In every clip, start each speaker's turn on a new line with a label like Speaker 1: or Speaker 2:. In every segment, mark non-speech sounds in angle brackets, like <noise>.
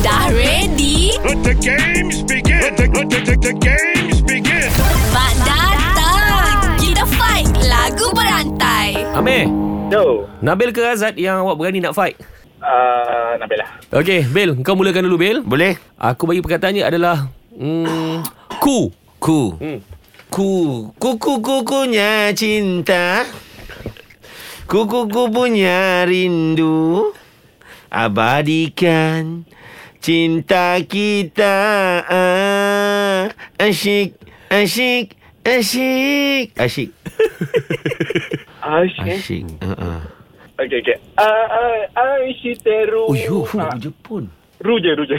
Speaker 1: Dah ready?
Speaker 2: Let the games begin. Let the, let the, the, the games begin.
Speaker 1: Mak datang! Kita fight lagu berantai.
Speaker 3: Amir,
Speaker 4: Yo,
Speaker 3: Nabil ke Azad yang awak berani nak fight?
Speaker 4: uh, Nabila.
Speaker 3: Okey, Bil, kau mulakan dulu, Bil.
Speaker 5: Boleh?
Speaker 3: Aku bagi perkataannya adalah mm, <laughs> ku.
Speaker 5: Ku. Hmm. Ku. Ku ku ku kunya cinta. Ku ku ku punya rindu. Abadikan cinta kita. Ah, Asyik, asyik, asyik. Asyik.
Speaker 4: Asyik.
Speaker 5: Asyik. Uh-uh.
Speaker 4: Okay, okay. Uh, uh, Asyik teru.
Speaker 5: Oh, yo,
Speaker 4: Ah,
Speaker 5: Jepun.
Speaker 4: Ru je, ru je.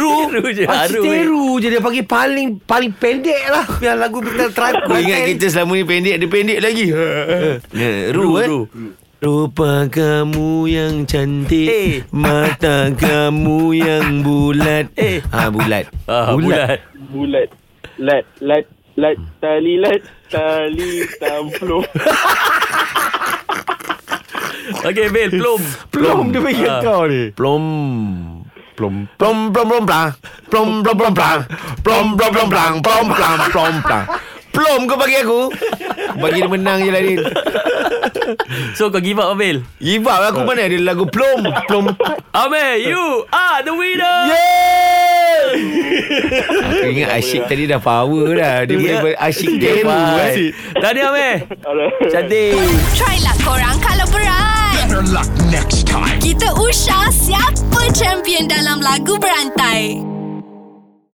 Speaker 3: Ru. Ru je.
Speaker 5: Ah,
Speaker 3: Aru, eh.
Speaker 5: Teru je dia panggil paling paling pendek lah yang lagu kita <laughs> try. Kau ingat kita selama ni pendek, dia pendek lagi. <laughs> Ru, eh.
Speaker 3: Ru.
Speaker 5: Rupa kamu yang cantik <laughs>
Speaker 3: Eh.
Speaker 5: Mata kamu yang bulat eh. Ha bulat
Speaker 3: Ah, bulat.
Speaker 4: <laughs> Bulat. Lat, lat, lat, tali, lat, tali, tamplo.
Speaker 3: Okey, Bil, plum.
Speaker 5: Plom dia panggil
Speaker 3: Ah.
Speaker 5: kau ni
Speaker 3: Plum.
Speaker 5: Plom Plom plom plom plang Plom plom plom plang Plom plom plom plang Plom plang plom plang Plom kau bagi aku Bagi dia menang je lah ni
Speaker 3: So, kau give up, Bil.
Speaker 5: Give up aku mana ada lagu plom Plom
Speaker 3: Amir, you are the winner.
Speaker 5: Aku ingat asyik tadi dah power dah Dia boleh ber- asyik teru eh.
Speaker 3: Tahniah, Amir. Cantik.
Speaker 1: Try lah korang kalau berat.
Speaker 2: Better luck next time.
Speaker 1: Kita usah siapa champion dalam lagu berantai.